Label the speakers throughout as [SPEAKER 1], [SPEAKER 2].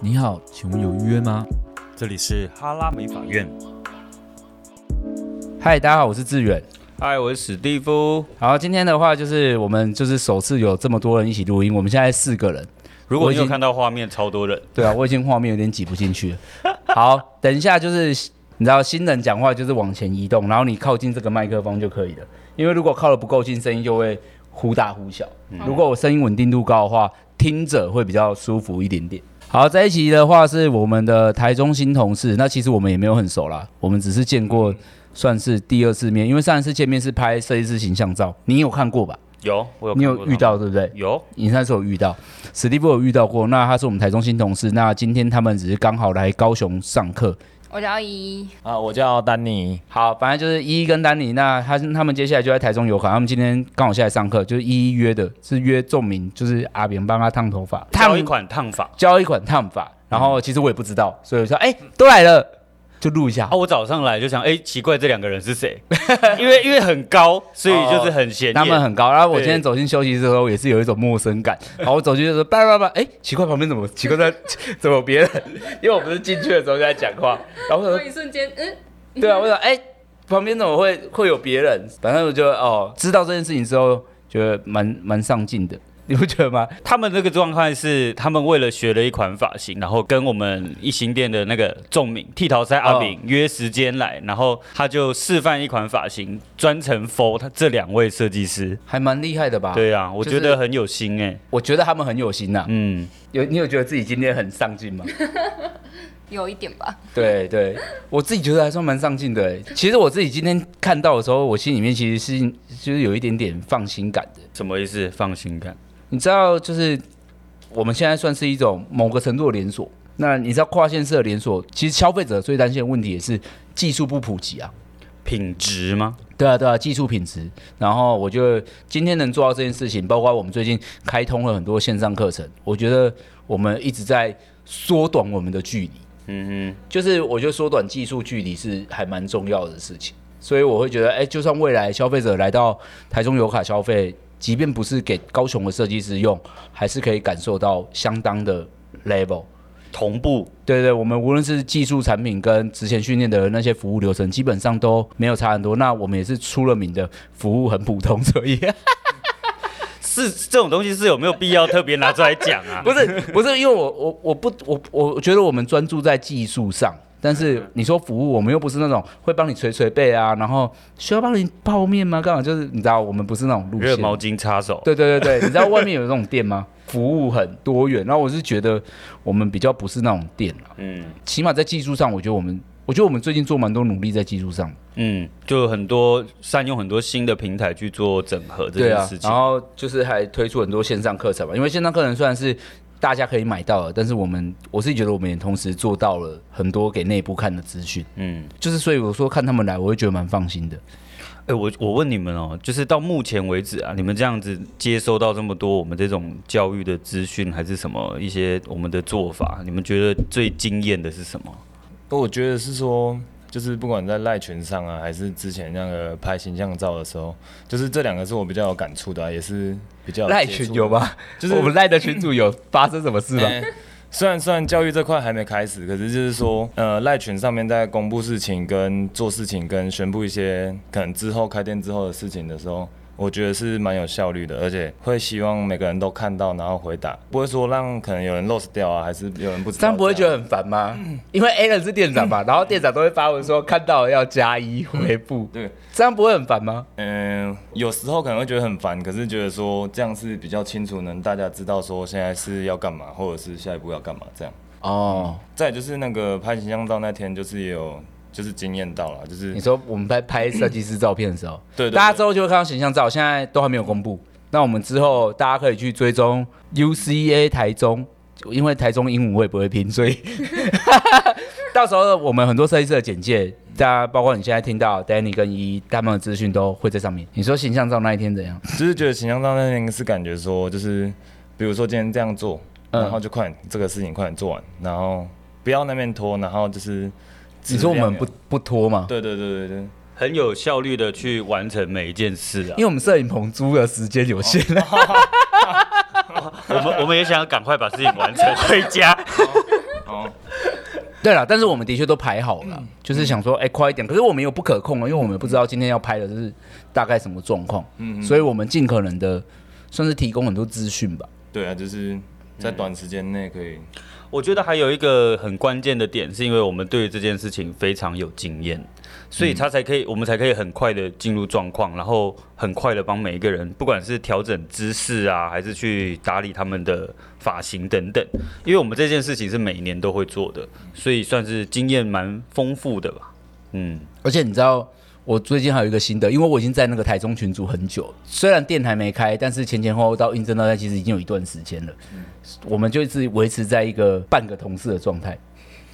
[SPEAKER 1] 你好，请问有预约吗？
[SPEAKER 2] 这里是哈拉美法院。
[SPEAKER 1] 嗨，大家好，我是志远。
[SPEAKER 2] 嗨，我是史蒂夫。
[SPEAKER 1] 好，今天的话就是我们就是首次有这么多人一起录音，我们现在四个人。
[SPEAKER 2] 如果
[SPEAKER 1] 我已
[SPEAKER 2] 你有
[SPEAKER 1] 经
[SPEAKER 2] 看到画面，超多人。
[SPEAKER 1] 对啊，我已经画面有点挤不进去了。好，等一下就是你知道新人讲话就是往前移动，然后你靠近这个麦克风就可以了，因为如果靠的不够近，声音就会忽大忽小。嗯如果我声音稳定度高的话，听者会比较舒服一点点。好，这一期的话是我们的台中新同事，那其实我们也没有很熟啦，我们只是见
[SPEAKER 2] 嗯
[SPEAKER 1] 过算是第二次面，因为上一次见面是拍设计师形象照，你有看过吧？
[SPEAKER 2] 有，我有
[SPEAKER 1] 你
[SPEAKER 2] 看
[SPEAKER 1] 有
[SPEAKER 2] 过
[SPEAKER 1] 遇
[SPEAKER 2] 他们？
[SPEAKER 1] 到对不对？
[SPEAKER 2] 有，
[SPEAKER 1] 你那时候有遇到史蒂夫有遇到过，那他是我们台中新同事，那今天他们只是刚好来高雄上课。
[SPEAKER 3] 我叫依依，
[SPEAKER 4] 啊，我叫丹尼。
[SPEAKER 1] 好，反正就是依依跟丹尼，那他他们接下来就在台中游馆，他们今天刚好下来上课，就是依依约的，是约仲明，就是阿扁帮他烫头发，
[SPEAKER 2] 教一款烫法
[SPEAKER 1] 教一款烫发，然后其实我也不知道，所以我说哎、都来了，就录一下
[SPEAKER 2] 啊！。我早上来就想，哎，奇怪，这两个人是谁？ 因为因为很高，所以就是很显
[SPEAKER 1] 哦他们
[SPEAKER 2] 眼。
[SPEAKER 1] 很高，然后我
[SPEAKER 2] 对
[SPEAKER 1] 今天走进休息室的时候也是有一种陌生感，然后我走进去的时候，叭叭叭，哎，奇怪，旁边怎么奇怪在 怎么有别人？因为我不是进去的时候就在讲话，然后我想说
[SPEAKER 3] 我一瞬间，嗯，
[SPEAKER 1] 对啊，我想哎、旁边怎么会会有别人？反正我就哦，知道这件事情之后，觉得蛮蛮上进的，你不觉得 吗？
[SPEAKER 2] 他们那个状态是，他们为了学了一款发型，然后跟我们一行店的那个仲敏剃头塞阿
[SPEAKER 1] 哦
[SPEAKER 2] 炳约时间来，然后他就示范一款发型，专程 for 他这两位设计师。
[SPEAKER 1] 还蛮厉害的吧？，
[SPEAKER 2] 对啊，我
[SPEAKER 1] 就是
[SPEAKER 2] 觉得很有心哎。
[SPEAKER 1] 我觉得他们很有心呐、啊
[SPEAKER 2] 嗯，
[SPEAKER 1] 有你有觉得自己今天很上进吗？
[SPEAKER 3] 有一点吧。
[SPEAKER 1] 对对，我自己觉得还算蛮上进的欸。其实我自己今天看到的时候，我心里面其实是就是有一点点放心感的。
[SPEAKER 2] 什么意思？放心感。
[SPEAKER 1] 你知道，就是我们现在算是一种某个程度的连锁。那你知道跨县市的连锁，其实消费者最担心的问题也是技术不普及啊。
[SPEAKER 2] 品质吗？
[SPEAKER 1] 对啊，对啊，技术品质。然后我觉得今天能做到这件事情，包括我们最近开通了很多线上课程，我觉得我们一直在缩短我们的距离。
[SPEAKER 2] 嗯
[SPEAKER 1] 就是我觉得缩短技术距离是还蛮重要的事情，所以我会觉得，哎、就算未来消费者来到台中油卡消费，即便不是给高雄的设计师用，还是可以感受到相当的 level。
[SPEAKER 2] 哼，同步
[SPEAKER 1] 对对，我们无论是技术产品跟之前训练的那些服务流程，基本上都没有差很多。那我们也是出了名的服务很普通，所以
[SPEAKER 2] 是这种东西是有没有必要特别拿出来讲啊？
[SPEAKER 1] 不是不是因为我我我不我我我觉得我们专注在技术上，但是你说服务，我们又不是那种会帮你捶捶背啊，然后需要帮你泡面吗？干嘛？就是你知道，我们不是那种路
[SPEAKER 2] 热
[SPEAKER 1] 线。
[SPEAKER 2] 毛巾插手，
[SPEAKER 1] 对对对对，你知道外面有这种店吗？服务很多元，然后我是觉得我们比较不是那种店啊，
[SPEAKER 2] 嗯
[SPEAKER 1] 起码在技术上，我觉得我们，我觉得我们最近做蛮多努力在技术上。
[SPEAKER 2] 嗯，就很多善用很多新的平台去做整合这
[SPEAKER 1] 对
[SPEAKER 2] 件
[SPEAKER 1] 啊
[SPEAKER 2] 事，情。
[SPEAKER 1] 然后就是还推出很多线上课程嘛，因为线上课程虽然是大家可以买到的，但是我们我自己觉得我们也同时做到了很多给内部看的资讯，
[SPEAKER 2] 嗯，
[SPEAKER 1] 就是所以我说看他们来，我会觉得蛮放心的。
[SPEAKER 2] 哎、我我问你们哦，就是到目前为止啊，你们这样子接收到这么多我们这种教育的资讯，还是什么一些我们的做法，你们觉得最惊艳的是什么？
[SPEAKER 4] 不，我觉得是说，就是不管在赖群上啊，还是之前那个拍形象照的时候，就是这两个是我比较有感触的、啊，也是比较有
[SPEAKER 1] 赖
[SPEAKER 4] 接触
[SPEAKER 1] 群
[SPEAKER 4] 的
[SPEAKER 1] 有？吗？就是我们赖的群主有发生什么事吗？
[SPEAKER 4] 哎 虽然虽然教育这块还没开始，可是就是说，呃，赖群上面在公布事情、跟做事情、跟宣布一些可能之后开店之后的事情的时候，我觉得是蛮有效率的，而且会希望每个人都看到，然后回答，不会说让可能有人 lost 掉啊，还是有人不知道
[SPEAKER 1] 这样不会觉
[SPEAKER 4] 样
[SPEAKER 1] 得很烦吗？因为 a l a n 是店长嘛，然后店长都会发文说看到了要加一回复，
[SPEAKER 4] 对。
[SPEAKER 1] 这样不会很烦吗？
[SPEAKER 4] 嗯，有时候可能会觉得很烦，可是觉得说这样是比较清楚，能大家知道说现在是要干嘛，或者是下一步要干嘛这样。
[SPEAKER 1] 哦，
[SPEAKER 4] 再来就是那个拍形象照那天，就是也有 就是惊艳到了，就是
[SPEAKER 1] 你说我们在拍设计师照片的时候，
[SPEAKER 4] 对对对
[SPEAKER 1] 大家之后就会看到形象照，现在都还没有公布。那我们之后大家可以去追踪 UCA 台中，因为台中英文我也不会拼，所以 到时候我们很多设计师的简介，大家包括你现在听到 Danny 跟依依他们的资讯都会在上面。你说形象照那一天怎样？
[SPEAKER 4] 就是觉得形象照那天是感觉说就是，比如说今天这样做，
[SPEAKER 1] 嗯
[SPEAKER 4] 然后就快点这个事情快点做完，然后不要那边拖，然后就是
[SPEAKER 1] 你说我们不
[SPEAKER 4] 质量
[SPEAKER 1] 不拖吗？
[SPEAKER 4] 对对对对对。
[SPEAKER 2] 很有效率的去完成每一件事啊
[SPEAKER 1] 因！为我们摄影棚租的时间有限，
[SPEAKER 2] 我们我们也想要赶快把事情完成回家。
[SPEAKER 1] 对了，但是我们的确都排好
[SPEAKER 2] 嗯
[SPEAKER 1] 了，就是想说，哎、快一点。可是我们又不可控啊，因为我们不知道今天要拍的是大概什么状况，
[SPEAKER 2] 嗯
[SPEAKER 1] 所以我们尽可能的算是提供很多资讯吧。
[SPEAKER 4] 对啊，就是在短时间内可以，
[SPEAKER 2] 我觉得还有一个很关键的点，是因为我们对于这件事情非常有经验，所以他才可以，我们才可以很快的进入状况，然后很快的帮每一个人，不管是调整姿势啊，还是去打理他们的发型等等。因为我们这件事情是每年都会做的，嗯所以算是经验蛮丰富的吧。嗯，
[SPEAKER 1] 而且你知道，我最近还有一个心得，因为我已经在那个台中群组很久了，虽然店还没开，但是前前后后到应征到现在，其实已经有一段时间了。
[SPEAKER 2] 嗯
[SPEAKER 1] 我们就是维持在一个半个同事的状态，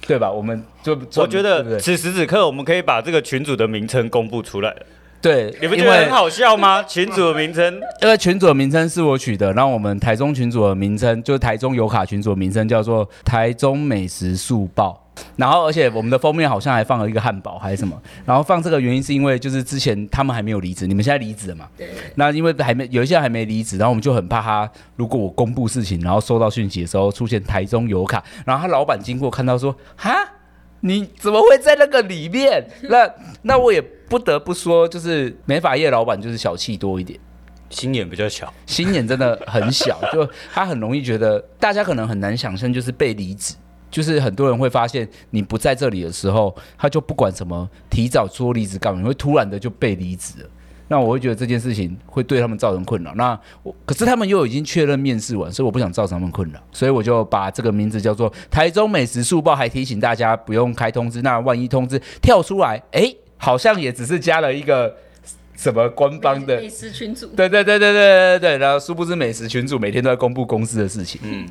[SPEAKER 1] 对吧？我们就
[SPEAKER 2] 我觉
[SPEAKER 1] 对
[SPEAKER 2] 得
[SPEAKER 1] 不对
[SPEAKER 2] 此时此刻我们可以把这个群组的名称公布出来了，
[SPEAKER 1] 对，
[SPEAKER 2] 你不觉
[SPEAKER 1] 因
[SPEAKER 2] 得
[SPEAKER 1] 为
[SPEAKER 2] 很好笑吗？群组的名称
[SPEAKER 1] 因为群组的名称是我取的，然后我们台中群组的名称就是台中油卡群组的名称叫做台中美食速报。然后，而且我们的封面好像还放了一个汉堡还是什么。然后放这个原因是因为就是之前他们还没有离职，你们现在离职了嘛？
[SPEAKER 3] 对，
[SPEAKER 1] 那因为还没有一些还没离职，然后我们就很怕他，如果我公布事情，然后收到讯息的时候出现台中油卡，然后他老板经过看到说，哈，你怎么会在那个里面？那那我也不得不说，就是美发业老板就是小气多一点。
[SPEAKER 2] 心眼比较小。
[SPEAKER 1] 心眼真的很小，就他很容易觉得，大家可能很难想象，就是被离职，就是很多人会发现你不在这里的时候，他就不管什么提早说离职干嘛，你会突然的就被离职了。那我会觉得这件事情会对他们造成困扰。那我可是他们又已经确认面试完，所以我不想造成他们困扰，所以我就把这个名字叫做台中美食速报，还提醒大家不用开通知。那万一通知跳出来，诶，好像也只是加了一个什么官方的
[SPEAKER 3] 美食群组，
[SPEAKER 1] 对对对对对对对，然后殊不知美食群主每天都在公布公司的事情。嗯，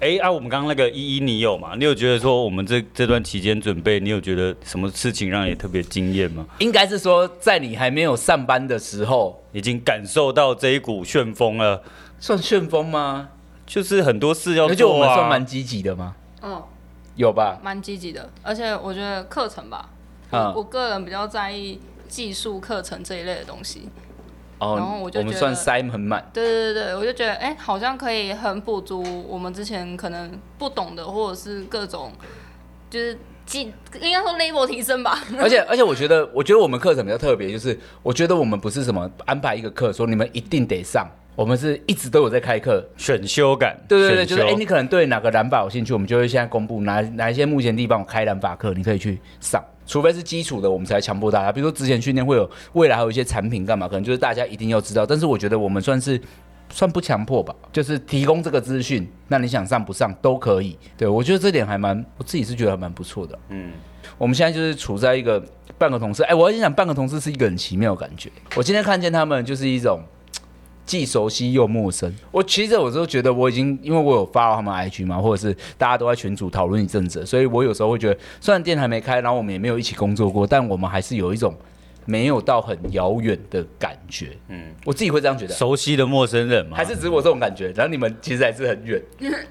[SPEAKER 2] 哎、啊，我们刚刚那个依依，你有吗？你有觉得说我们这这段期间准备，你有觉得什么事情让你特别惊艳吗？
[SPEAKER 1] 应该是说在你还没有上班的时候，
[SPEAKER 2] 已经感受到这一股旋风了，
[SPEAKER 1] 算旋风吗？
[SPEAKER 2] 就是很多事要
[SPEAKER 1] 而且我
[SPEAKER 2] 做
[SPEAKER 1] 们算
[SPEAKER 2] 啊
[SPEAKER 1] 蛮。积极的吗？
[SPEAKER 3] 哦，
[SPEAKER 1] 有吧？
[SPEAKER 3] 蛮积极的，而且我觉得课程吧，
[SPEAKER 1] 嗯
[SPEAKER 3] 我我个人比较在意技术课程这一类的东西。
[SPEAKER 1] 哦
[SPEAKER 3] 然后我就
[SPEAKER 1] 们
[SPEAKER 3] 觉
[SPEAKER 1] 算
[SPEAKER 3] 得
[SPEAKER 1] 塞很满。
[SPEAKER 3] 对对对对，我就觉得哎、好像可以很补足我们之前可能不懂的，或者是各种就是技，应该说 label 提升吧。
[SPEAKER 1] 而且而且，我觉得我觉得我们课程比较特别，就是我觉得我们不是什么安排一个课说你们一定得上，我们是一直都有在开课，
[SPEAKER 2] 选修感，
[SPEAKER 1] 对对对，就
[SPEAKER 2] 选
[SPEAKER 1] 是
[SPEAKER 2] 修
[SPEAKER 1] 哎、诶你可能对哪个染发有兴趣，我们就会现在公布哪哪一些目前地方有开染发课，你可以去上。除非是基础的，我们才强迫大家。比如说之前训练会有，未来还有一些产品干嘛，可能就是大家一定要知道。但是我觉得我们算是算不强迫吧，就是提供这个资讯，那你想上不上都可以。对我觉得这点还蛮，我自己是觉得还蛮不错的。
[SPEAKER 2] 嗯，
[SPEAKER 1] 我们现在就是处在一个半个同事，哎、我要先讲半个同事是一个很奇妙的感觉。我今天看见他们就是一种既熟悉又陌生。我其实我都觉得我已经，因为我有发到他们 IG 嘛，或者是大家都在群组讨论一阵子，所以我有时候会觉得，虽然店还没开，然后我们也没有一起工作过，但我们还是有一种没有到很遥远的感觉。嗯，啊我自己会这样觉得，
[SPEAKER 2] 熟悉的陌生人嘛，
[SPEAKER 1] 还是只有我这种感觉。然后你们其实还是很 远，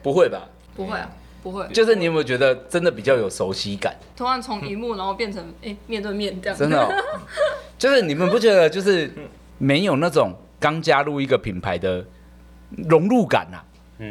[SPEAKER 1] 不会吧？
[SPEAKER 3] 不会啊，不会。
[SPEAKER 1] 就是你有没有觉得真的比较有熟悉感？
[SPEAKER 3] 突然从荧幕，然后变成哎、面对面这样。
[SPEAKER 1] 真的、哦，就是你们不觉得就是没有那种刚加入一个品牌的融入感啊？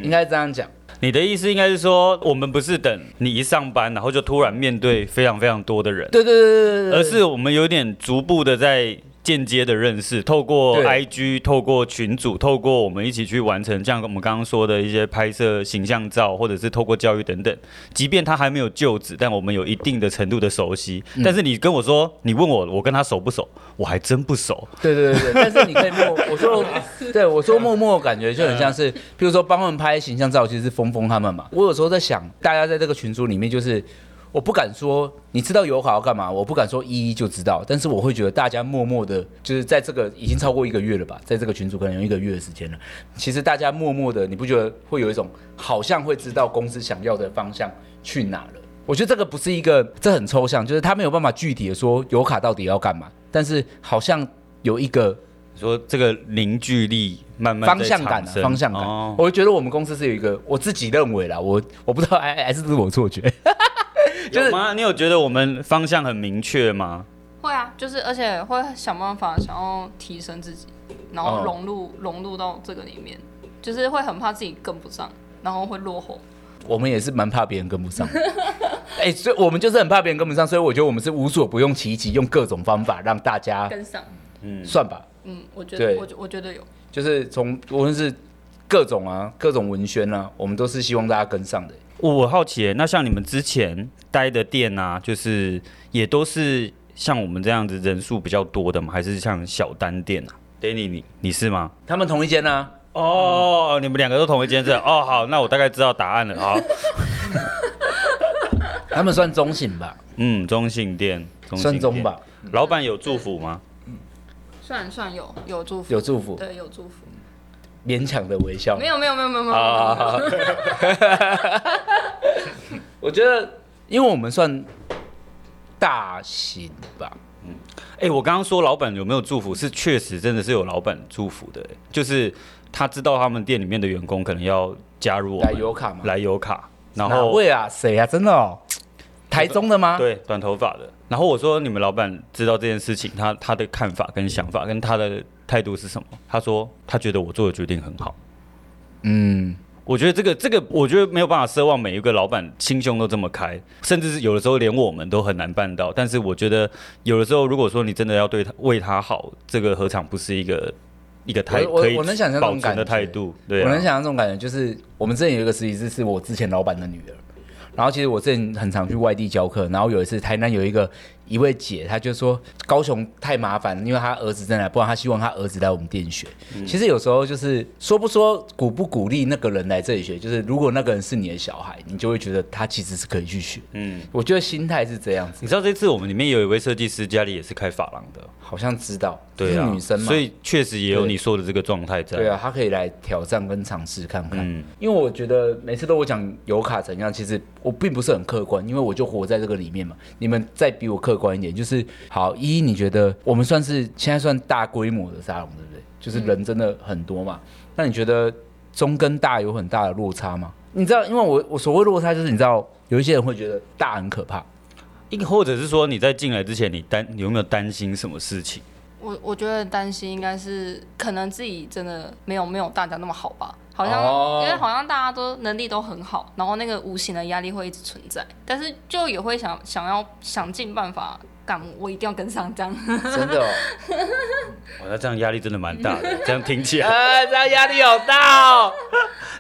[SPEAKER 1] 应该这样讲。
[SPEAKER 2] 你的意思应该是说，我们不是等你一上班，然后就突然面对非常非常多的人，
[SPEAKER 1] 对对对对对对，
[SPEAKER 2] 而是我们有点逐步的在间接的认识，透过
[SPEAKER 1] 对
[SPEAKER 2] IG，透过群组，透过我们一起去完成，像我们刚刚说的一些拍摄形象照，或者是透过教育等等。即便他还没有就职，但我们有一定的程度的熟悉。
[SPEAKER 1] 嗯
[SPEAKER 2] 但是你跟我说，你问我，我跟他熟不熟？我还真不熟。
[SPEAKER 1] 对对对对。但是你可以默， 我说对我说默默，感觉就很像
[SPEAKER 2] 嗯
[SPEAKER 1] 是，比如说帮他们拍形象照，其实是峰峰他们嘛。我有时候在想，大家在这个群组里面，就是我不敢说你知道友好要干嘛，我不敢说一一就知道，但是我会觉得大家默默的，就是在这个已经超过一个月了吧，在这个群组可能有一个月的时间了。其实大家默默的，你不觉得会有一种好像会知道公司想要的方向去哪了？我觉得这个不是一个，这很抽象，就是他没有办法具体的说油卡到底要干嘛，但是好像有一个
[SPEAKER 2] 你说这个凝聚力慢慢
[SPEAKER 1] 方
[SPEAKER 2] 在
[SPEAKER 1] 向感、啊
[SPEAKER 2] 产，生
[SPEAKER 1] 方向感。
[SPEAKER 2] 哦
[SPEAKER 1] 我觉得我们公司是有一个，我自己认为啦，我我不知道，哎，哎还是这是我错觉。就是
[SPEAKER 2] 有吗？你有觉得我们方向很明确吗？
[SPEAKER 3] 会啊，就是而且会想办法想要提升自己，然
[SPEAKER 1] 哦
[SPEAKER 3] 后融入、融入到这个里面，就是会很怕自己跟不上，然后会落后。
[SPEAKER 1] 我们也是蛮怕别人跟不上的， 哎、所以我们就是很怕别人跟不上，所以我觉得我们是无所不用其极，用各种方法让大家
[SPEAKER 3] 跟上。
[SPEAKER 1] 算吧，
[SPEAKER 3] 嗯，我觉
[SPEAKER 1] 啊对
[SPEAKER 3] 得，我觉我觉得有，
[SPEAKER 1] 就是从无论是各种啊、各种文宣啊，我们都是希望大家跟上的。
[SPEAKER 2] 我我好奇耶，那像你们之前待的店啊，就是也都是像我们这样子人数比较多的吗？还是像小单店啊？Danny，你你是吗？
[SPEAKER 1] 他们同一间啊，
[SPEAKER 2] 哦，你们两个都同一间店哦，好，那我大概知道答案了。好，
[SPEAKER 1] 他们算中型吧，
[SPEAKER 2] 嗯，中信店，中信
[SPEAKER 1] 算
[SPEAKER 2] 店
[SPEAKER 1] 中吧。，
[SPEAKER 2] 老板有祝福吗？
[SPEAKER 3] 算算有有祝福，
[SPEAKER 1] 有祝福，
[SPEAKER 3] 对有祝福，
[SPEAKER 1] 勉强的微笑
[SPEAKER 3] 没。有没有没有没有没有没有，没有
[SPEAKER 1] 啊，我觉得，因为我们算大型吧，
[SPEAKER 2] 哎、我刚刚说老板有没有祝福，是确实真的是有老板祝福的、就是他知道他们店里面的员工可能要加入我们
[SPEAKER 1] 来油卡嘛
[SPEAKER 2] 来油卡，然
[SPEAKER 1] 哪
[SPEAKER 2] 后
[SPEAKER 1] 位啊？谁啊？真的哦，台中的吗？
[SPEAKER 2] 对，短头发的。然后我说你们老板知道这件事情，他他的看法跟想法跟他的态度是什么？他说他觉得我做的决定很好。
[SPEAKER 1] 嗯，
[SPEAKER 2] 我觉得这个这个，我觉得没有办法奢望每一个老板心胸都这么开，甚至是有的时候连我们都很难办到。但是我觉得有的时候，如果说你真的要对他为他好，这个何尝不是一个一个态
[SPEAKER 1] 我
[SPEAKER 2] 可以
[SPEAKER 1] 我能想象那
[SPEAKER 2] 保
[SPEAKER 1] 种
[SPEAKER 2] 存的
[SPEAKER 1] 感觉
[SPEAKER 2] 态度？对、啊，
[SPEAKER 1] 我能想象这种感觉，就是我们之前有一个实习生是我之前老板的女儿，然后其实我之前很常去外地教课，然后有一次台南有一个一位姐，她就说高雄太麻烦了，因为她儿子在那，不然她希望她儿子来我们店学。
[SPEAKER 2] 嗯
[SPEAKER 1] 其实有时候就是说不说鼓不鼓励那个人来这里学，就是如果那个人是你的小孩，你就会觉得他其实是可以去学。
[SPEAKER 2] 嗯。
[SPEAKER 1] 我觉得心态是这样子，
[SPEAKER 2] 你知道这次我们里面有一位设计师，家里也是开发廊的，
[SPEAKER 1] 好像知道，
[SPEAKER 2] 对
[SPEAKER 1] 是
[SPEAKER 2] 啊，
[SPEAKER 1] 女生嘛，
[SPEAKER 2] 所以确实也有
[SPEAKER 1] 对
[SPEAKER 2] 你说的这个状态在。
[SPEAKER 1] 对啊，他可以来挑战跟尝试看看。
[SPEAKER 2] 嗯
[SPEAKER 1] 因为我觉得每次都我讲油卡怎样，其实我并不是很客观，因为我就活在这个里面嘛。你们再比我客观一点，就是好一，你觉得我们算是现在算大规模的沙龙，对不对？就是人真的很多嘛。那你觉得中跟大有很大的落差吗？你知道，因为我我所谓落差，就是你知道有一些人会觉得大很可怕，
[SPEAKER 2] 一或者是说你在进来之前，你担你有没有担心什么事情？
[SPEAKER 3] 我我觉得担心应该是可能自己真的没有没有大家那么好吧，好像、
[SPEAKER 1] 哦
[SPEAKER 3] 因为好像大家都能力都很好，然后那个无形的压力会一直存在，但是就也会想想要想尽办法干，我一定要跟上这样。
[SPEAKER 1] 真的、哦。
[SPEAKER 2] 哇，哦那这样压力真的蛮大的。这样听起来
[SPEAKER 1] 啊，这样压力好大哦。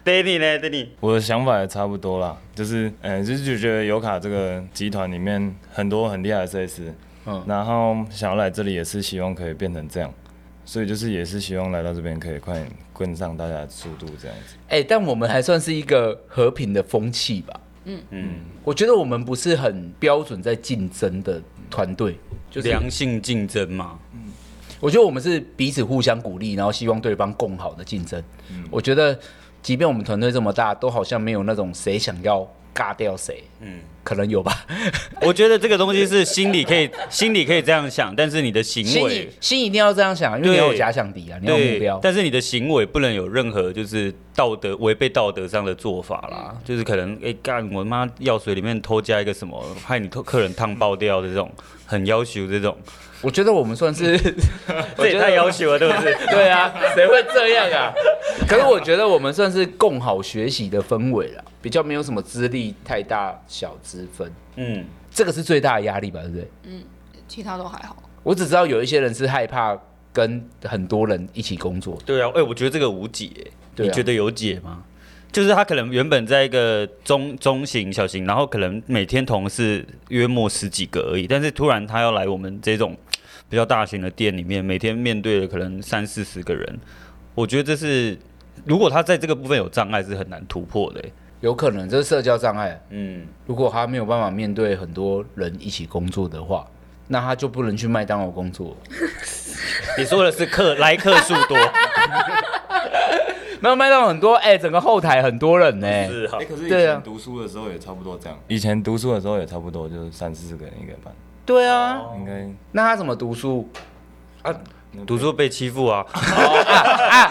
[SPEAKER 2] ，Danny 呢？Danny，
[SPEAKER 4] 我的想法也差不多啦，就是，嗯、就是就觉得油卡这个集团里面很多很厉害的设计师，
[SPEAKER 1] 嗯
[SPEAKER 4] 嗯，然后想要来这里也是希望可以变成这样，所以就是也是希望来到这边可以快点跟上大家的速度这样子。
[SPEAKER 1] 哎、但我们还算是一个和平的风气吧。嗯嗯，我觉得我们不是很标准在竞争的团队，嗯就是
[SPEAKER 2] 良性竞争嘛。
[SPEAKER 1] 我觉得我们是彼此互相鼓励，然后希望对方共好的竞争。我觉得，即便我们团队这么大，都好像没有那种谁想要尬掉谁。嗯，可能有吧。
[SPEAKER 2] 我觉得这个东西是心里可以， 心里可以这样想，但是你的行
[SPEAKER 1] 心
[SPEAKER 2] 为
[SPEAKER 1] 里，心一定要这样想，因为你
[SPEAKER 2] 对
[SPEAKER 1] 要有假想敌啊，你要有目标。
[SPEAKER 2] 但是你的行为不能有任何就是道德违背道德上的做法啦，
[SPEAKER 1] 嗯
[SPEAKER 2] 就是可能哎干、我妈药水里面偷加一个什么，害你 客人烫爆掉的这种，很要求这种，
[SPEAKER 1] 我觉得我们算是，我
[SPEAKER 2] 这
[SPEAKER 1] 觉
[SPEAKER 2] 也
[SPEAKER 1] 得
[SPEAKER 2] 太要求了，对不对？
[SPEAKER 1] 对啊，谁会这样啊？可是我觉得我们算是共好学习的氛围啦，比较没有什么资历太大小之分，
[SPEAKER 2] 嗯。
[SPEAKER 1] 这个是最大的压力吧，对不对？
[SPEAKER 3] 其他都还好，
[SPEAKER 1] 我只知道有一些人是害怕跟很多人一起工作，
[SPEAKER 2] 对啊，哎、我觉得这个无解，欸
[SPEAKER 1] 对啊
[SPEAKER 2] 你觉得有解吗？就是他可能原本在一个中中型、小型，然后可能每天同事约莫十几个而已，但是突然他要来我们这种比较大型的店里面，每天面对的可能三四十个人，我觉得这是如果他在这个部分有障碍，是很难突破的、欸
[SPEAKER 1] 有可能这是社交障碍。
[SPEAKER 2] 嗯，
[SPEAKER 1] 如果他没有办法面对很多人一起工作的话，那他就不能去麦当劳工作。
[SPEAKER 2] 你说的是客来客数多，
[SPEAKER 1] 那麦当劳很多，哎、整个后台很多人呢、
[SPEAKER 2] 是好
[SPEAKER 4] 哎、可是以
[SPEAKER 1] 对啊
[SPEAKER 4] 前读书的时候也差不多这样，以前读书的时候也差不多就是三四十个人一个班，
[SPEAKER 1] 对啊，
[SPEAKER 4] 应该
[SPEAKER 1] 那他怎么读书？
[SPEAKER 2] 读书被欺负啊，
[SPEAKER 1] 啊啊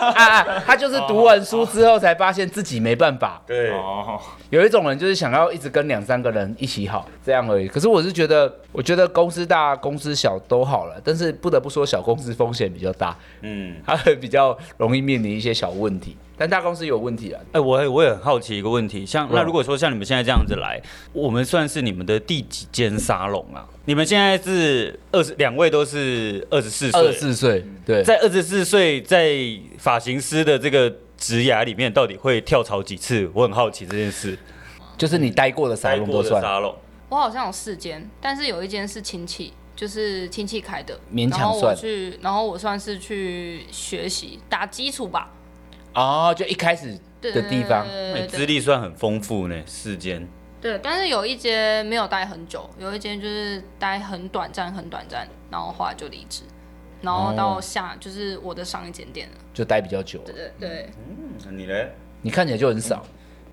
[SPEAKER 1] 啊！他就是读完书之后才发现自己没办法。
[SPEAKER 2] 对
[SPEAKER 4] 哦，
[SPEAKER 1] 有一种人就是想要一直跟两三个人一起好这样而已。可是我是觉得，我觉得公司大、公司小都好了，但是不得不说，小公司风险比较大，
[SPEAKER 2] 嗯。
[SPEAKER 1] 它会比较容易面临一些小问题。但大公司有问题啊，
[SPEAKER 2] 哎、我也我也很好奇一个问题，像
[SPEAKER 1] 嗯
[SPEAKER 2] 那如果说像你们现在这样子来，我们算是你们的第几间沙龙啊？你们现在是二十两位都是二十四岁，
[SPEAKER 1] 二十四岁，对，
[SPEAKER 2] 在二十四岁在发型师的这个职涯里面，到底会跳槽几次？我很好奇这件事。
[SPEAKER 1] 就是你待过的沙龙都
[SPEAKER 2] 待过的
[SPEAKER 1] 算，
[SPEAKER 2] 沙龙，
[SPEAKER 3] 我好像有四间，但是有一间是亲戚，就是亲戚开的，
[SPEAKER 1] 勉强
[SPEAKER 3] 然后我
[SPEAKER 1] 算
[SPEAKER 3] 去，然后我算是去学习打基础吧。
[SPEAKER 1] 哦，就一开始
[SPEAKER 3] 对
[SPEAKER 1] 的地方，
[SPEAKER 3] 对
[SPEAKER 2] 哎
[SPEAKER 3] 对
[SPEAKER 2] 资
[SPEAKER 3] 对
[SPEAKER 2] 历算很丰富呢，四间。
[SPEAKER 3] 对，但是有一间没有待很久，有一间就是待很短暂，很短暂，然后后来就离职，然后到下、就是我的上一间店了。
[SPEAKER 1] 就待比较久了
[SPEAKER 3] 对。对对，
[SPEAKER 1] 嗯
[SPEAKER 2] 你呢？
[SPEAKER 1] 你看起来就很少，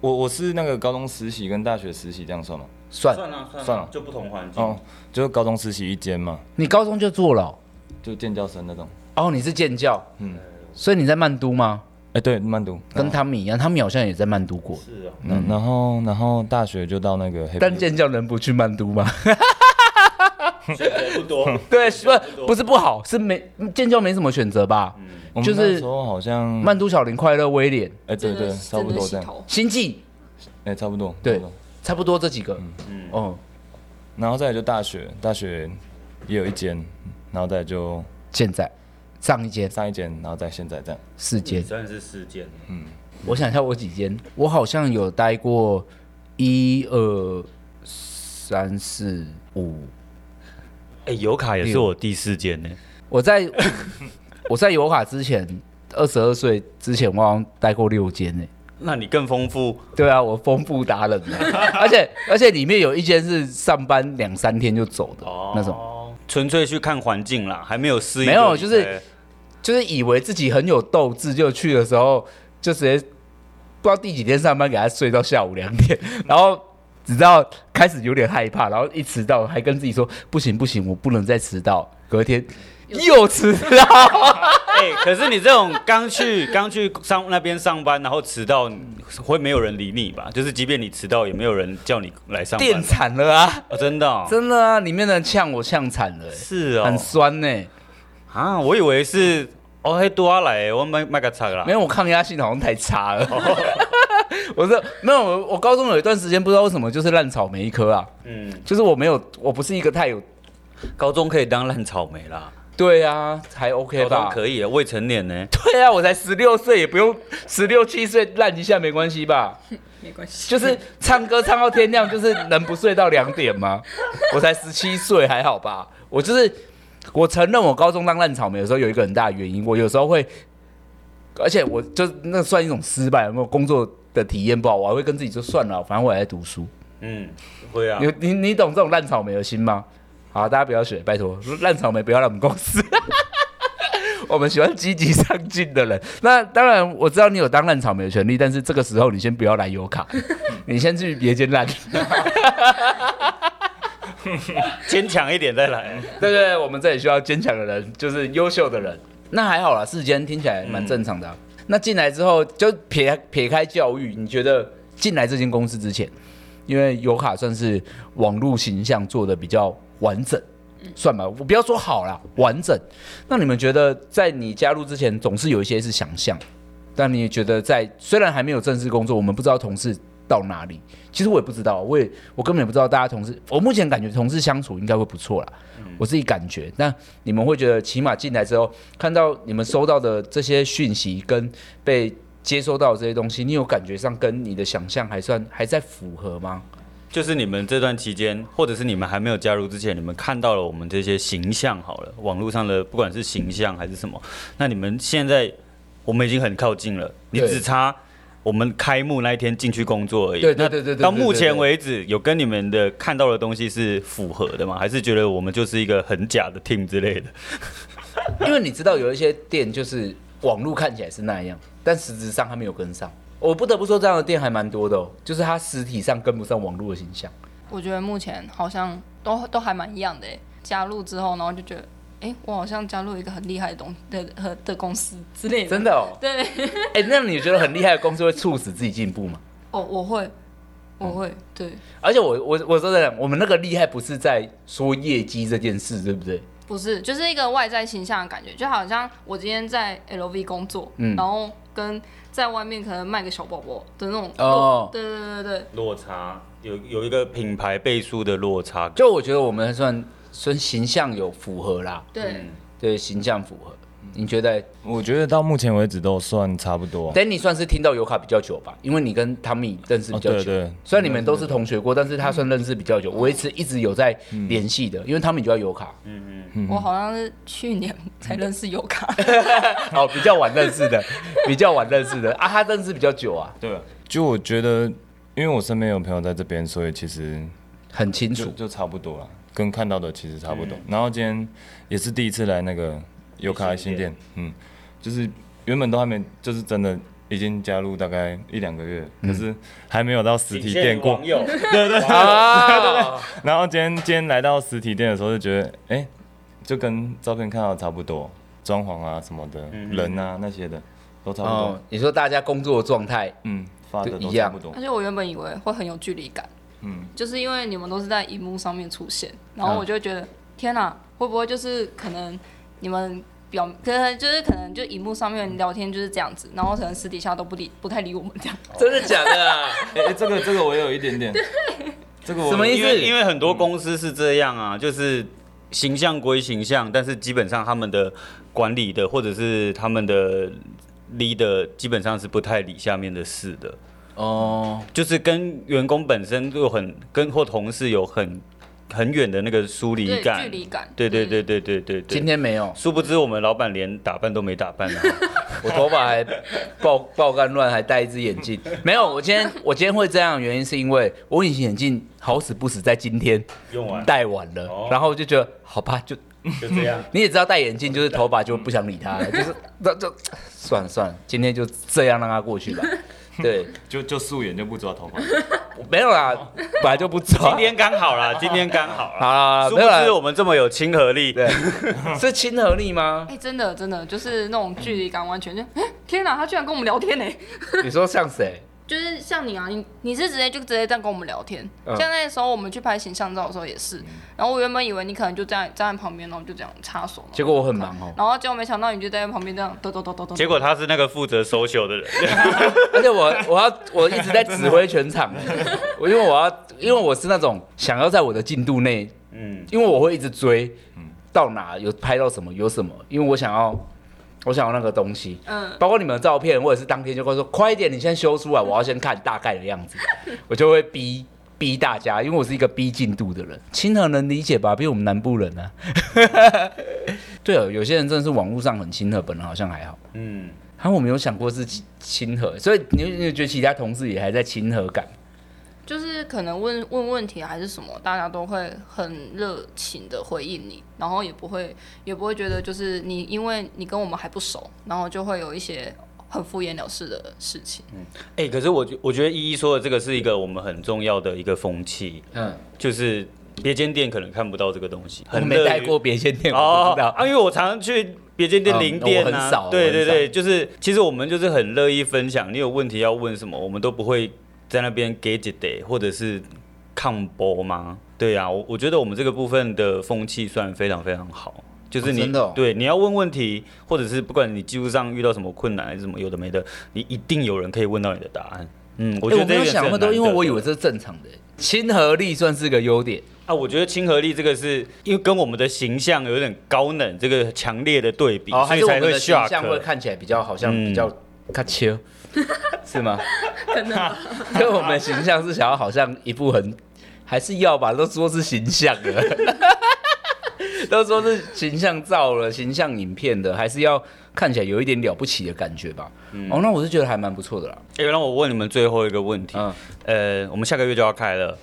[SPEAKER 4] 我我是那个高中实习跟大学实习这样算吗？
[SPEAKER 1] 算啊
[SPEAKER 2] 了算啊
[SPEAKER 4] 算了
[SPEAKER 2] 就不同环境。
[SPEAKER 4] 哦，就是高中实习一间嘛，
[SPEAKER 1] 你高中就做了
[SPEAKER 4] 就建教生那种。
[SPEAKER 1] 哦，哦你是建教，嗯
[SPEAKER 4] 嗯，
[SPEAKER 1] 所以你在曼都吗？
[SPEAKER 4] 哎、对，慢读。
[SPEAKER 1] 跟汤米一样，汤米好像也在曼都过，
[SPEAKER 2] 是啊，
[SPEAKER 4] 嗯，然后然后大学就到那个黑
[SPEAKER 1] 但
[SPEAKER 4] 皮
[SPEAKER 1] 建教能不去曼都吗？
[SPEAKER 2] 选择不多。
[SPEAKER 1] 对，不不是不好，是没建教没什么选择吧？
[SPEAKER 4] 我们
[SPEAKER 1] 就是
[SPEAKER 4] 那时候好像
[SPEAKER 1] 曼都小林快乐威廉
[SPEAKER 4] 哎、对
[SPEAKER 3] 真的
[SPEAKER 4] 对，
[SPEAKER 3] 是
[SPEAKER 4] 差
[SPEAKER 3] 真
[SPEAKER 4] 不
[SPEAKER 3] 的
[SPEAKER 4] 多
[SPEAKER 3] 洗
[SPEAKER 4] 这样，
[SPEAKER 3] 头。
[SPEAKER 1] 星际，
[SPEAKER 4] 哎、差不多，
[SPEAKER 1] 对
[SPEAKER 4] 差不多
[SPEAKER 1] 差不多这几个，嗯，哦，
[SPEAKER 4] 然后再来就大学，大学也有一间，然后再来就
[SPEAKER 1] 现在上一间
[SPEAKER 4] 上一间，然后再现在这样。
[SPEAKER 1] 四
[SPEAKER 2] 也
[SPEAKER 1] 间，
[SPEAKER 2] 算是事 件。
[SPEAKER 1] 我想一下我几间，我好像有待过一二三四五，
[SPEAKER 2] 哎、油卡
[SPEAKER 1] 嗯
[SPEAKER 2] 也是我第四间呢。
[SPEAKER 1] 我在 我在油卡之前，二十二岁之前，我好像待过六间呢、欸
[SPEAKER 2] 那你更丰富，
[SPEAKER 1] 对啊，我丰富达人啊、 而且而且里面有一间是上班两三天就走的、那种，
[SPEAKER 2] 纯粹去看环境啦，还没有适应。
[SPEAKER 1] 没有就是就是以为自己很有斗志，就去的时候就直接不知道第几天上班，给他睡到下午两 点，然后直到开始有点害怕，然后一迟到还跟自己说不行不行，我不能再迟到，隔天又迟到，
[SPEAKER 2] 哎、可是你这种刚去 刚去上那边上班，然后迟到，嗯会没有人理你吧？就是即便你迟到，也没有人叫你来上
[SPEAKER 1] 电
[SPEAKER 2] 班。
[SPEAKER 1] 惨了啊！
[SPEAKER 2] 哦、真的、哦，
[SPEAKER 1] 真的啊，里面的人呛我呛惨了欸、
[SPEAKER 2] 是哦
[SPEAKER 1] 很酸欸呢、
[SPEAKER 2] 啊，我以为是哦，嘿，多来，我卖卖个菜啦
[SPEAKER 1] 没。有，我抗压性好像太差了。 我是没有，我我高中有一段时间不知道为什么就是烂草莓一颗啊，
[SPEAKER 2] 嗯，
[SPEAKER 1] 就是我没有，我不是一个太有。
[SPEAKER 2] 高中可以当烂草莓啦，
[SPEAKER 1] 对啊，还
[SPEAKER 2] 高
[SPEAKER 1] OK
[SPEAKER 2] 中
[SPEAKER 1] 吧？
[SPEAKER 2] 可以，啊未成年呢。
[SPEAKER 1] 对啊，我才十六岁，也不用十六七岁烂一下没关系吧？
[SPEAKER 3] 没关 系，
[SPEAKER 1] 就是唱歌唱到天亮，就是能不睡到两点吗？我才十七岁，还好吧？我就是我承认，我高中当烂草莓的时候有一个很大的原因，我有时候会，而且我就那算一种失败，有没有工作的体验不好，我还会跟自己说算了，反正我还在读书。
[SPEAKER 2] 嗯，会啊
[SPEAKER 1] 你你你懂这种烂草莓的心吗？好，大家不要学，拜托，烂草莓不要来我们公司。 我们喜欢积极上进的人。那当然，我知道你有当烂草莓的权利，但是这个时候你先不要来油卡，你先去别间烂。
[SPEAKER 2] 坚强一点再来。
[SPEAKER 1] 对对对，我们这里需要坚强的人，就是优秀的人。那还好啦，世间听起来蛮正常的啊、那进来之后，就撇撇开教育，你觉得进来这间公司之前，因为油卡算是网络形象做的比较完整，算吧，我不要说好啦，完整。那你们觉得在你加入之前，总是有一些是想象，但你觉得在虽然还没有正式工作，我们不知道同事到哪里，其实我也不知道，我也我根本也不知道大家同事，我目前感觉同事相处应该会不错啦。我自己感觉。那你们会觉得，起码进来之后，看到你们收到的这些讯息跟被接收到的这些东西，你有感觉上跟你的想象还算还在符合吗？
[SPEAKER 2] 就是你们这段期间，或者是你们还没有加入之前，你们看到了我们这些形象好了，网络上的不管是形象还是什么，那你们现在我们已经很靠近了，你
[SPEAKER 1] 对
[SPEAKER 2] 只差我们开幕那一天进去工作而已。
[SPEAKER 1] 对对对对对
[SPEAKER 2] 那到
[SPEAKER 1] 对对
[SPEAKER 2] 目前
[SPEAKER 1] 对
[SPEAKER 2] 为止，有跟你们的看到的东西是符合的吗？还是觉得我们就是一个很假的 team 之类的？
[SPEAKER 1] 因为你知道有一些店就是网络看起来是那样，但实质上它没有跟上。我不得不说，这样的店还蛮多的哦，就是它实体上跟不上网络的形象。
[SPEAKER 3] 我觉得目前好像都都还蛮一样的诶。欸加入之后，然后就觉得，哎、我好像加入一个很厉害的东的的的公司之类的。
[SPEAKER 1] 真的 哦，
[SPEAKER 3] 对，
[SPEAKER 1] 哎、那你觉得很厉害的公司会促使自己进步吗？
[SPEAKER 3] 哦，我会，我
[SPEAKER 1] 嗯
[SPEAKER 3] 会，对，
[SPEAKER 1] 而且我我我说真的，我们那个厉害不是在说业绩这件事，对不对？
[SPEAKER 3] 不是，就是一个外在形象的感觉，就好像我今天在 LV 工作，
[SPEAKER 1] 嗯
[SPEAKER 3] 然后跟在外面可能卖个小包包的那种
[SPEAKER 1] 哦
[SPEAKER 3] 对对对对对，
[SPEAKER 2] 落差有有一个品牌倍数的落差感。
[SPEAKER 1] 就我觉得我们算算形象有符合啦，
[SPEAKER 3] 对，
[SPEAKER 1] 对形象符合。你觉得
[SPEAKER 4] 我觉得到目前为止都算差不多。
[SPEAKER 1] Danny 算是听到尤卡比较久吧？因为你跟汤米认识比较久，
[SPEAKER 4] 哦对对嗯
[SPEAKER 1] 虽然你们都是同学过，但是他算认识比较久，我一直一直有在联系的，因为汤米就叫尤卡，嗯
[SPEAKER 3] 我好像是去年才认识尤卡，
[SPEAKER 1] 哦，比较晚认识的， 比较晚认识的啊，他认识比较久啊，
[SPEAKER 4] 对，就我觉得，因为我身边有朋友在这边，所以其实
[SPEAKER 1] 很清
[SPEAKER 4] 就
[SPEAKER 1] 楚。
[SPEAKER 4] 就差不多了，跟看到的其实差不多。然后今天也是第一次来那个尤卡的新店，嗯，就是原本都还没，就是真的已经加入大概一两个月，可是还没有到实体店 过。
[SPEAKER 2] 友，
[SPEAKER 1] 啊，
[SPEAKER 4] 然后今天今天来到实体店的时候，就觉得哎、就跟照片看到的差不多，装潢啊什么的，人啊那些的都差不多，
[SPEAKER 1] 哦，你说大家工作的状态，
[SPEAKER 4] 嗯，发的
[SPEAKER 1] 就
[SPEAKER 4] 都
[SPEAKER 1] 一
[SPEAKER 4] 差
[SPEAKER 1] 样
[SPEAKER 4] 不多
[SPEAKER 3] 而。且我原本以为会很有距离感，
[SPEAKER 4] 嗯，
[SPEAKER 3] 就是因为你们都是在荧幕上面出现，然后我就觉得、天哪、会不会就是可能你们表可能就是可能就荧幕上面聊天就是这样子，然后可能私底下都不理不太理我们这样。
[SPEAKER 1] 真的假的 啊？
[SPEAKER 4] 哎、哎这个这个我有一 点点，这个我
[SPEAKER 1] 什么意思
[SPEAKER 2] 因为因为很多公司是这样啊，就是形象归形象，但是基本上他们的管理的或者是他们的 leader 基本上是不太理下面的事的，
[SPEAKER 1] 哦，
[SPEAKER 2] 就是跟员工本身就很跟或同事有很很远的那个疏离
[SPEAKER 3] 对
[SPEAKER 2] 感，
[SPEAKER 3] 距离感
[SPEAKER 2] 对对
[SPEAKER 3] 嗯
[SPEAKER 2] 对对对对对。
[SPEAKER 1] 今天没有，
[SPEAKER 2] 殊不知我们老板连打扮都没打扮啊，
[SPEAKER 1] 我头发还爆爆干乱，还戴一只眼镜。没有，我今天 我今天会这样，原因是因为我隐形眼镜好死不死在今天
[SPEAKER 2] 用完
[SPEAKER 1] 戴完了，
[SPEAKER 2] 哦
[SPEAKER 1] 然后我就觉得好吧，就
[SPEAKER 2] 就这样。
[SPEAKER 1] 你也知道戴眼镜就是头发就不想理它了，就是 那就算了算了，今天就这样让它过 去吧。对，
[SPEAKER 4] 就就素颜就不抓头发。
[SPEAKER 1] 我没有啦，本来就不走。
[SPEAKER 2] 今天刚好啦，今天刚好啦。
[SPEAKER 1] 好啦，
[SPEAKER 2] 殊
[SPEAKER 1] 啊没
[SPEAKER 2] 不
[SPEAKER 1] 有啦
[SPEAKER 2] 知，我们这么有亲和力，
[SPEAKER 1] 对，是亲和力吗
[SPEAKER 3] 哎、？真的真的就是那种距离感，完全就哎、天哪，他居然跟我们聊天呢、
[SPEAKER 1] 你说像谁？
[SPEAKER 3] 就是像你啊，你你是直接就直接这样跟我们聊天，
[SPEAKER 1] 嗯
[SPEAKER 3] 像那时候我们去拍形象照的时候也是，然后我原本以为你可能就这样站在旁边，然后就这样插手嘛，
[SPEAKER 1] 结果我很忙哦，
[SPEAKER 3] 然后结果没想到你就在旁边这样抖抖抖抖抖，
[SPEAKER 2] 结果他是那个负责 social 的人，
[SPEAKER 1] 而且我我要我一直在指挥全场，我因为我要因为我是那种想要在我的进度内，
[SPEAKER 2] 嗯，
[SPEAKER 1] 因为我会一直追，到哪有拍到什么有什么，因为我想要我想要那个东西，
[SPEAKER 3] 嗯，
[SPEAKER 1] 包括你们的照片，我也是当天就会说快一点，你先修出来，我要先看大概的样子，我就会逼逼大家，因为我是一个逼进度的人，亲和能理解吧？比我们南部人啊， 对哦，有些人真的是网络上很亲和，本人好像还好。
[SPEAKER 2] 嗯，
[SPEAKER 1] 然后我没有想过是亲亲和，所以你有你有觉得其他同事也还在亲和感？
[SPEAKER 3] 就是可能问问问题还是什么，大家都会很热情的回应你，然后也不会也不会觉得就是你因为你跟我们还不熟，然后就会有一些很敷衍了事的事情，
[SPEAKER 2] 哎、可是我觉我觉得依依说的这个是一个我们很重要的一个风气，
[SPEAKER 1] 嗯，
[SPEAKER 2] 就是别间店可能看不到这个东西，
[SPEAKER 1] 我
[SPEAKER 2] 很
[SPEAKER 1] 没
[SPEAKER 2] 乐于
[SPEAKER 1] 待过别间店，我
[SPEAKER 2] 哦
[SPEAKER 1] 不知道。
[SPEAKER 2] 啊，因为我常常去别间店
[SPEAKER 1] 嗯
[SPEAKER 2] 零店
[SPEAKER 1] 我
[SPEAKER 2] 啊，
[SPEAKER 1] 很少
[SPEAKER 2] 对
[SPEAKER 1] 我
[SPEAKER 2] 对
[SPEAKER 1] 很
[SPEAKER 2] 对，就是其实我们就是很乐意分享，你有问题要问什么，我们都不会在那边给姐姐或者是抗波吗？对啊，我我觉得我们这个部分的风气算非常非常好。就是
[SPEAKER 1] 哦
[SPEAKER 2] 你、
[SPEAKER 1] 真的哦
[SPEAKER 2] 对你要问问题，或者是不管你技术上遇到什么困难还是什么有的没的，你一定有人可以问到你的答案。嗯，我觉
[SPEAKER 1] 哎我
[SPEAKER 2] 得
[SPEAKER 1] 我没
[SPEAKER 2] 这
[SPEAKER 1] 有
[SPEAKER 2] 一点是
[SPEAKER 1] 想那么
[SPEAKER 2] 很
[SPEAKER 1] 多，
[SPEAKER 2] 难
[SPEAKER 1] 因为
[SPEAKER 2] 得
[SPEAKER 1] 我
[SPEAKER 2] 的
[SPEAKER 1] 以为这是正常的。亲和力算是个优点，
[SPEAKER 2] 啊，我觉得亲和力这个是因为跟我们的形象有点高冷，这个强烈的对比，
[SPEAKER 1] 哦，
[SPEAKER 2] 所
[SPEAKER 1] 还
[SPEAKER 2] 以
[SPEAKER 1] 是我
[SPEAKER 2] 才
[SPEAKER 1] 们
[SPEAKER 2] 会
[SPEAKER 1] 的形象会
[SPEAKER 2] shock。
[SPEAKER 1] 看起来比较好像
[SPEAKER 2] 嗯
[SPEAKER 1] 比较卡 丘，是吗？可能， 因为我们的形象是想要好像一副很，还是要吧，都说是形象了， 都说是形象照了、形象影片的，还是要看起来有一点了不起的感觉吧。哦，那我是觉得还蛮不错的啦。
[SPEAKER 2] 哎、让我问你们最后一个问题，
[SPEAKER 1] 嗯，
[SPEAKER 2] 呃，我们下个月就要开了，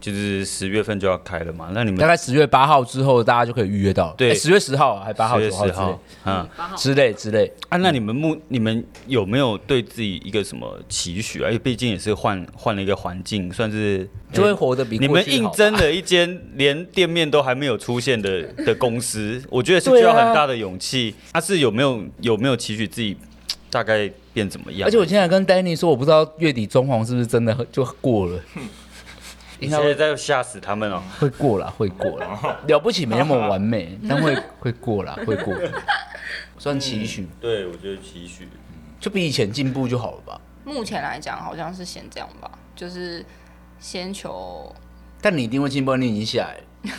[SPEAKER 2] 就是十月份就要开了嘛，那你
[SPEAKER 1] 嗯大
[SPEAKER 2] 们
[SPEAKER 1] 概十月八号之后，大家就可以预约到了。
[SPEAKER 2] 对
[SPEAKER 1] 十月十号啊还八号、
[SPEAKER 2] 10月
[SPEAKER 1] 九号
[SPEAKER 2] 10
[SPEAKER 1] 之类
[SPEAKER 2] 号，嗯，
[SPEAKER 3] 蛮好。
[SPEAKER 1] 之类之类。
[SPEAKER 2] 啊，那你们目你们有没有对自己一个什么期许啊？因为毕竟也是换换了一个环境，算是
[SPEAKER 1] 就会活得比
[SPEAKER 2] 你
[SPEAKER 1] 过
[SPEAKER 2] 们
[SPEAKER 1] 去好
[SPEAKER 2] 应
[SPEAKER 1] 吧
[SPEAKER 2] 征了一间连店面都还没有出现的的公司，我觉得是
[SPEAKER 1] 对啊
[SPEAKER 2] 需要很大的勇气。他、是有没有有没有期许自己大概变怎么样？
[SPEAKER 1] 而且我现在跟 Danny 说，我不知道月底装潢是不是真的就过了，
[SPEAKER 2] 现
[SPEAKER 1] 应该
[SPEAKER 2] 在
[SPEAKER 1] 会
[SPEAKER 2] 在吓死他们哦。
[SPEAKER 1] 会过啦，会过啦。了不起没那么完美，但会会过啦，会过。算期许，
[SPEAKER 2] 对，我觉得期许。
[SPEAKER 1] 就比以前进步就好了吧。
[SPEAKER 3] 目前来讲好像是先这样吧，就是先求
[SPEAKER 1] 但你一定会进步，你已经下来了。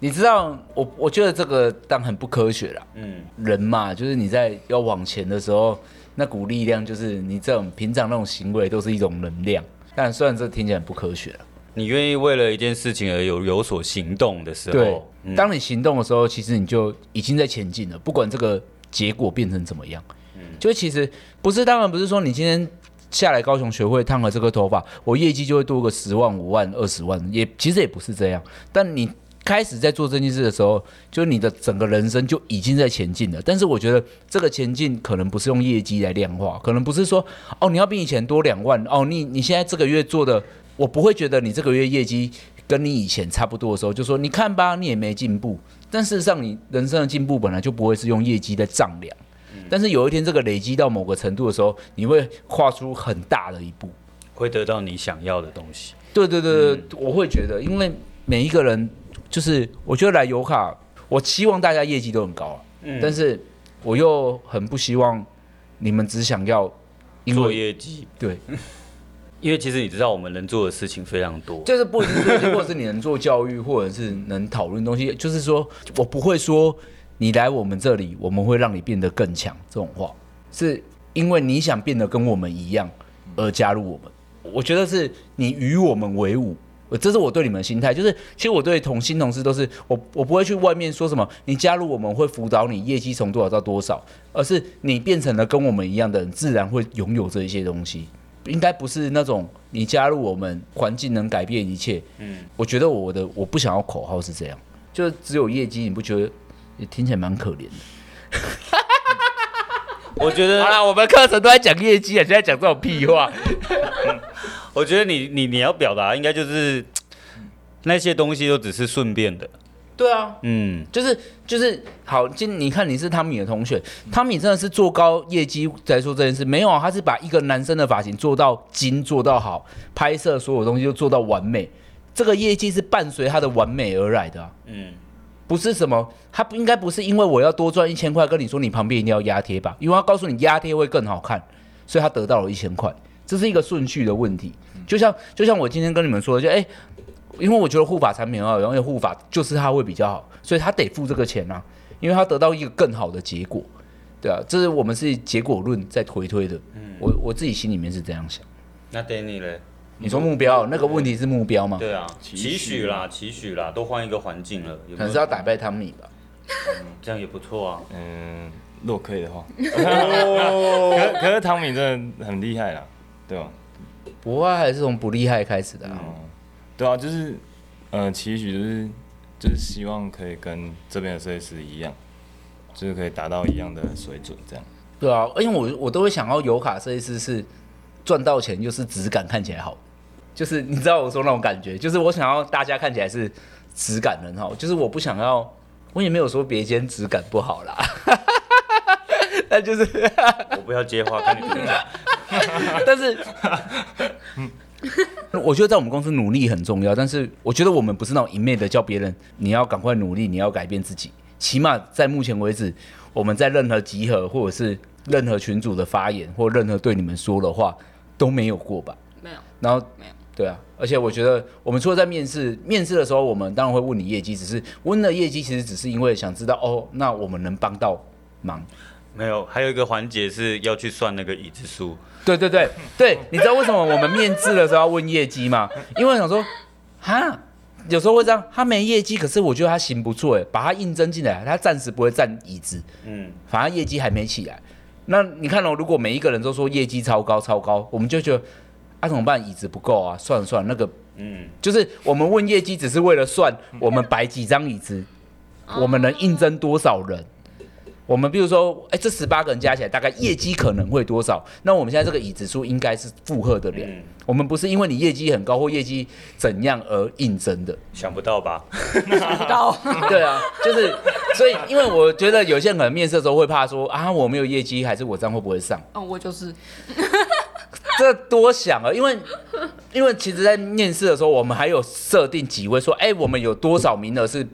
[SPEAKER 1] 你知道，我我觉得这个当然很不科学啦。
[SPEAKER 2] 嗯，
[SPEAKER 1] 人嘛，就是你在要往前的时候，那股力量就是你这种平常那种行为都是一种能量。但虽然这听起来很不科学啦，
[SPEAKER 2] 你愿意为了一件事情而有有所行动的时
[SPEAKER 1] 对
[SPEAKER 2] 候，嗯，
[SPEAKER 1] 当你行动的时候，其实你就已经在前进了，不管这个结果变成怎么样。
[SPEAKER 2] 嗯
[SPEAKER 1] 就其实不是，当然不是说你今天下来高雄学会烫了这个头发，我业绩就会多个十万、五万、二十万，也其实也不是这样。但你开始在做这件事的时候，就你的整个人生就已经在前进了。但是我觉得这个前进可能不是用业绩来量化，可能不是说哦你要比以前多两万，哦你你现在这个月做的，我不会觉得你这个月业绩。跟你以前差不多的时候，就说你看吧，你也没进步。但事实上，你人生的进步本来就不会是用业绩的丈量。但是有一天这个累积到某个程度的时候，你会跨出很大的一步。嗯
[SPEAKER 2] 会得到你想要的东西。
[SPEAKER 1] 对对对，对，我会觉得，因为每一个人就是，我觉得来油卡，我希望大家业绩都很高、啊，
[SPEAKER 2] 嗯
[SPEAKER 1] 但是我又很不希望你们只想要因
[SPEAKER 2] 做
[SPEAKER 1] 为
[SPEAKER 2] 业绩，
[SPEAKER 1] 对，
[SPEAKER 2] 因为其实你知道我们能做的事情非常多。
[SPEAKER 1] 就是不一定是业绩，或者是你能做教育，或者是能讨论东西， 就是说我不会说你来我们这里，我们会让你变得更强这种话，是因为你想变得跟我们一样而加入我们。我觉得是你与我们为伍。呃这是我对你们的心态，就是其实我对同新同事都是我我不会去外面说什么你加入我们会辅导你业绩从多少到多少，而是你变成了跟我们一样的人，自然会拥有这一些东西。应该不是那种你加入我们，环境能改变一切。嗯，我觉得我的我不想要口号是这样，就只有业绩，你不觉得也听起来蛮可怜的？
[SPEAKER 2] 我觉得
[SPEAKER 1] 好啦，我们课程都在讲业绩啊，现在讲这种屁话。
[SPEAKER 2] 我觉得你你你要表达应该就是那些东西都只是顺便的，
[SPEAKER 1] 对啊，
[SPEAKER 2] 嗯，
[SPEAKER 1] 就是就是好，今你看你是汤米的同学，汤米真的是做高业绩来说这件事没有啊，他是把一个男生的发型做到精，做到好，拍摄所有东西都做到完美，这个业绩是伴随他的完美而来的、啊，
[SPEAKER 2] 嗯
[SPEAKER 1] 嗯。不是什么，他不应该不是因为我要多赚一千块，跟你说你旁边一定要压贴吧，因为他告诉你压贴会更好看，所以他得到了一千块，这是一个顺序的问题。就像就像我今天跟你们说的，就哎、因为我觉得护法产品很好用，而且护法就是它会比较好，所以他得付这个钱啊，因为他得到一个更好的结果，对啊，这是我们是结果论在推推的，我我自己心里面是这样想。
[SPEAKER 2] 那 Danny 嘞？
[SPEAKER 1] 你说目标那个问题是目标吗？
[SPEAKER 2] 对啊，期
[SPEAKER 4] 期
[SPEAKER 2] 许
[SPEAKER 4] 许
[SPEAKER 2] 啦，期许啦，都换一个环境了，有没
[SPEAKER 1] 可能是要
[SPEAKER 2] 有？
[SPEAKER 1] 打败汤米吧。
[SPEAKER 2] 这样也不错 啊。
[SPEAKER 4] 嗯，如果可以的话。可可是汤米真的很厉害啦，对吧？
[SPEAKER 1] 不过他还是从不厉害开始的、啊，
[SPEAKER 4] 对啊，就是呃，期许就是就是希望可以跟这边的设计师一样，就是可以达到一样的水准这样。
[SPEAKER 1] 对啊，因为我我都会想要油卡设计师是赚到钱，就是质感看起来好，就是你知道我说那种感觉，就是我想要大家看起来是质感很好，就是我不想要，我也没有说别间质感不好啦， 但就是
[SPEAKER 2] 我不要接话，看你怎么讲。
[SPEAKER 1] 啊但是，嗯我觉得在我们公司努力很重要，但是我觉得我们不是那种一昧的叫别人你要赶快努力，你要改变自己。起码在目前为止，我们在任何集合或者是任何群组的发言或任何对你们说的话都没有过吧？
[SPEAKER 3] 没有
[SPEAKER 1] 然后
[SPEAKER 3] 没有
[SPEAKER 1] 对啊，而且我觉得我们除了在面试面试的时候，我们当然会问你业绩，只是问了业绩，其实只是因为想知道哦，那我们能帮到忙。
[SPEAKER 2] 没有，还有一个环节是要去算那个椅子数。
[SPEAKER 1] 对对对对，你知道为什么我们面试的时候要问业绩吗？因为我想说，哈，有时候会这样，他没业绩，可是我觉得他行不错，哎，把他应征进来，他暂时不会占椅子，
[SPEAKER 2] 嗯，
[SPEAKER 1] 反正业绩还没起来。那你看哦，如果每一个人都说业绩超高超高，我们就觉得啊怎么办？椅子不够啊，算了算了，那个
[SPEAKER 2] 嗯，
[SPEAKER 1] 就是我们问业绩只是为了算我们摆几张椅子，我们能应征多少人。我们比如说，哎、这十八个人加起来大概业绩可能会多少？那我们现在这个椅子数应该是负荷得了。
[SPEAKER 2] 嗯
[SPEAKER 1] 我们不是因为你业绩很高或业绩怎样而应征的。
[SPEAKER 2] 想不到 吧？
[SPEAKER 3] 到
[SPEAKER 1] 对啊，就是所以，因为我觉得有些人
[SPEAKER 3] 哦
[SPEAKER 1] 可能面试的时候会怕说啊，我没有业绩，还是我这样会不会上？
[SPEAKER 3] 嗯，我就是
[SPEAKER 1] 这多想啊，因为因为其实，在面试的时候，我们还有设定几位说，哎、我们有多少名额是，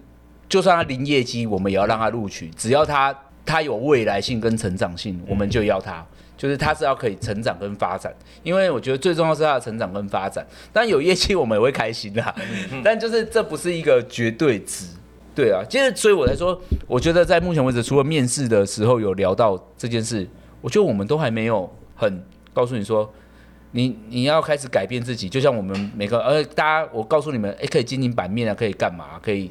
[SPEAKER 1] 就算他零业绩，我们也要让他录取，只要他他有未来性跟成长性，我们就要他。就是他是要可以成长跟发展，因为我觉得最重要是他的成长跟发展。但有业绩我们也会开心啦，但就是这不是一个绝对值，对啊。其实所以我才说，我觉得在目前为止，除了面试的时候有聊到这件事，我觉得我们都还没有很告诉你说，你你要开始改变自己，就像我们每个呃，大家我告诉你们，哎、可以经营版面啊，可以干嘛、可以。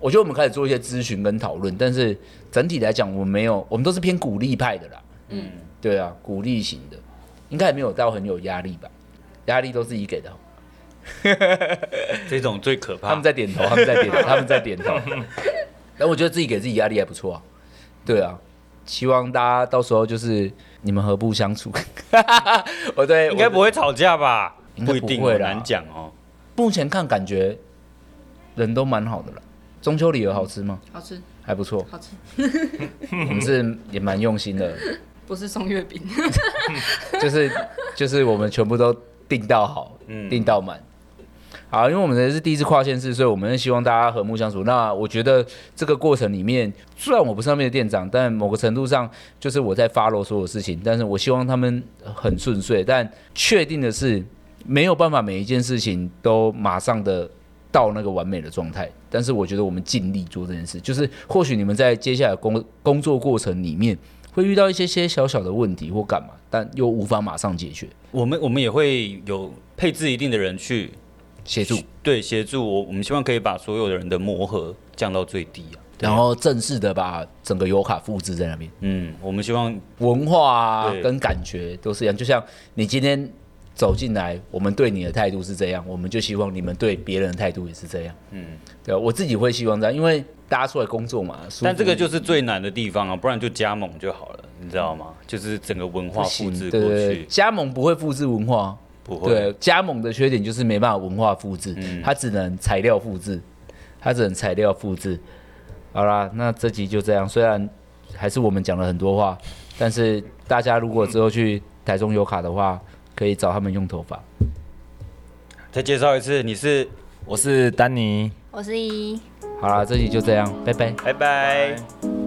[SPEAKER 1] 我觉得我们开始做一些咨询跟讨论，但是整体来讲，我们没有，我们都是偏鼓励派的啦。嗯，对啊，鼓励型的，应该也没有到很有压力吧？压力都是自己给的哦。
[SPEAKER 2] 这种最可怕。
[SPEAKER 1] 他们在点头，他们在点头，他们在点头。但我觉得自己给自己压力还不错啊。对啊，希望大家到时候就是你们和睦相处。 我对，
[SPEAKER 2] 应该不
[SPEAKER 1] 我
[SPEAKER 2] 会吵架吧？
[SPEAKER 1] 应该
[SPEAKER 2] 不
[SPEAKER 1] 不
[SPEAKER 2] 一定，
[SPEAKER 1] 会
[SPEAKER 2] 很
[SPEAKER 1] 啦
[SPEAKER 2] 难讲哦。
[SPEAKER 1] 目前看感觉人都蛮好的了。中秋礼盒好吃吗？
[SPEAKER 3] 好吃
[SPEAKER 1] 还不错，
[SPEAKER 3] 好吃，
[SPEAKER 1] 我们是也蛮用心的，
[SPEAKER 3] 不是送月饼，
[SPEAKER 1] 就是就是我们全部都订到好，
[SPEAKER 2] 嗯
[SPEAKER 1] 订到满。好，因为我们这是第一次跨县市，所以我们是希望大家和睦相处。那我觉得这个过程里面，虽然我不是他们的店长，但某个程度上就是我在 follow 所有事情，但是我希望他们很顺遂。但确定的是，没有办法每一件事情都马上的到那个完美的状态，但是我觉得我们尽力做这件事。就是或许你们在接下来的工工作过程里面会遇到一些些小小的问题或干嘛，但又无法马上解决，
[SPEAKER 2] 我们我们也会有配置一定的人去
[SPEAKER 1] 协助。
[SPEAKER 2] 对协助我，我们希望可以把所有的人的磨合降到最低啊。
[SPEAKER 1] 然后正式的把整个油卡复制在那边，
[SPEAKER 2] 嗯，我们希望
[SPEAKER 1] 文化啊
[SPEAKER 2] 对
[SPEAKER 1] 跟感觉都是一样。就像你今天走进来，我们对你的态度是这样，我们就希望你们对别人的态度也是这样。嗯，对啊，我自己会希望这样，因为大家出来工作嘛，舒服
[SPEAKER 2] 但这个就是最难的地方啊，不然就加盟就好了，你知道吗？就是整个文化
[SPEAKER 1] 不
[SPEAKER 2] 复
[SPEAKER 1] 行
[SPEAKER 2] 制
[SPEAKER 1] 对
[SPEAKER 2] 过
[SPEAKER 1] 对对
[SPEAKER 2] 去，
[SPEAKER 1] 加盟不会复制文化。啊
[SPEAKER 2] 不会。嗯
[SPEAKER 1] 对，加盟的缺点就是没办法文化复制，它只能材料复制，它只能材料复制。好啦，那这集就这样。虽然还是我们讲了很多话，但是大家如果之后去台中有卡的话，可以找他们用头发。
[SPEAKER 2] 再介绍一次，你是
[SPEAKER 4] 我是丹尼。
[SPEAKER 3] 我是一。
[SPEAKER 1] 好啦，这集就这样，拜拜。
[SPEAKER 2] 拜拜。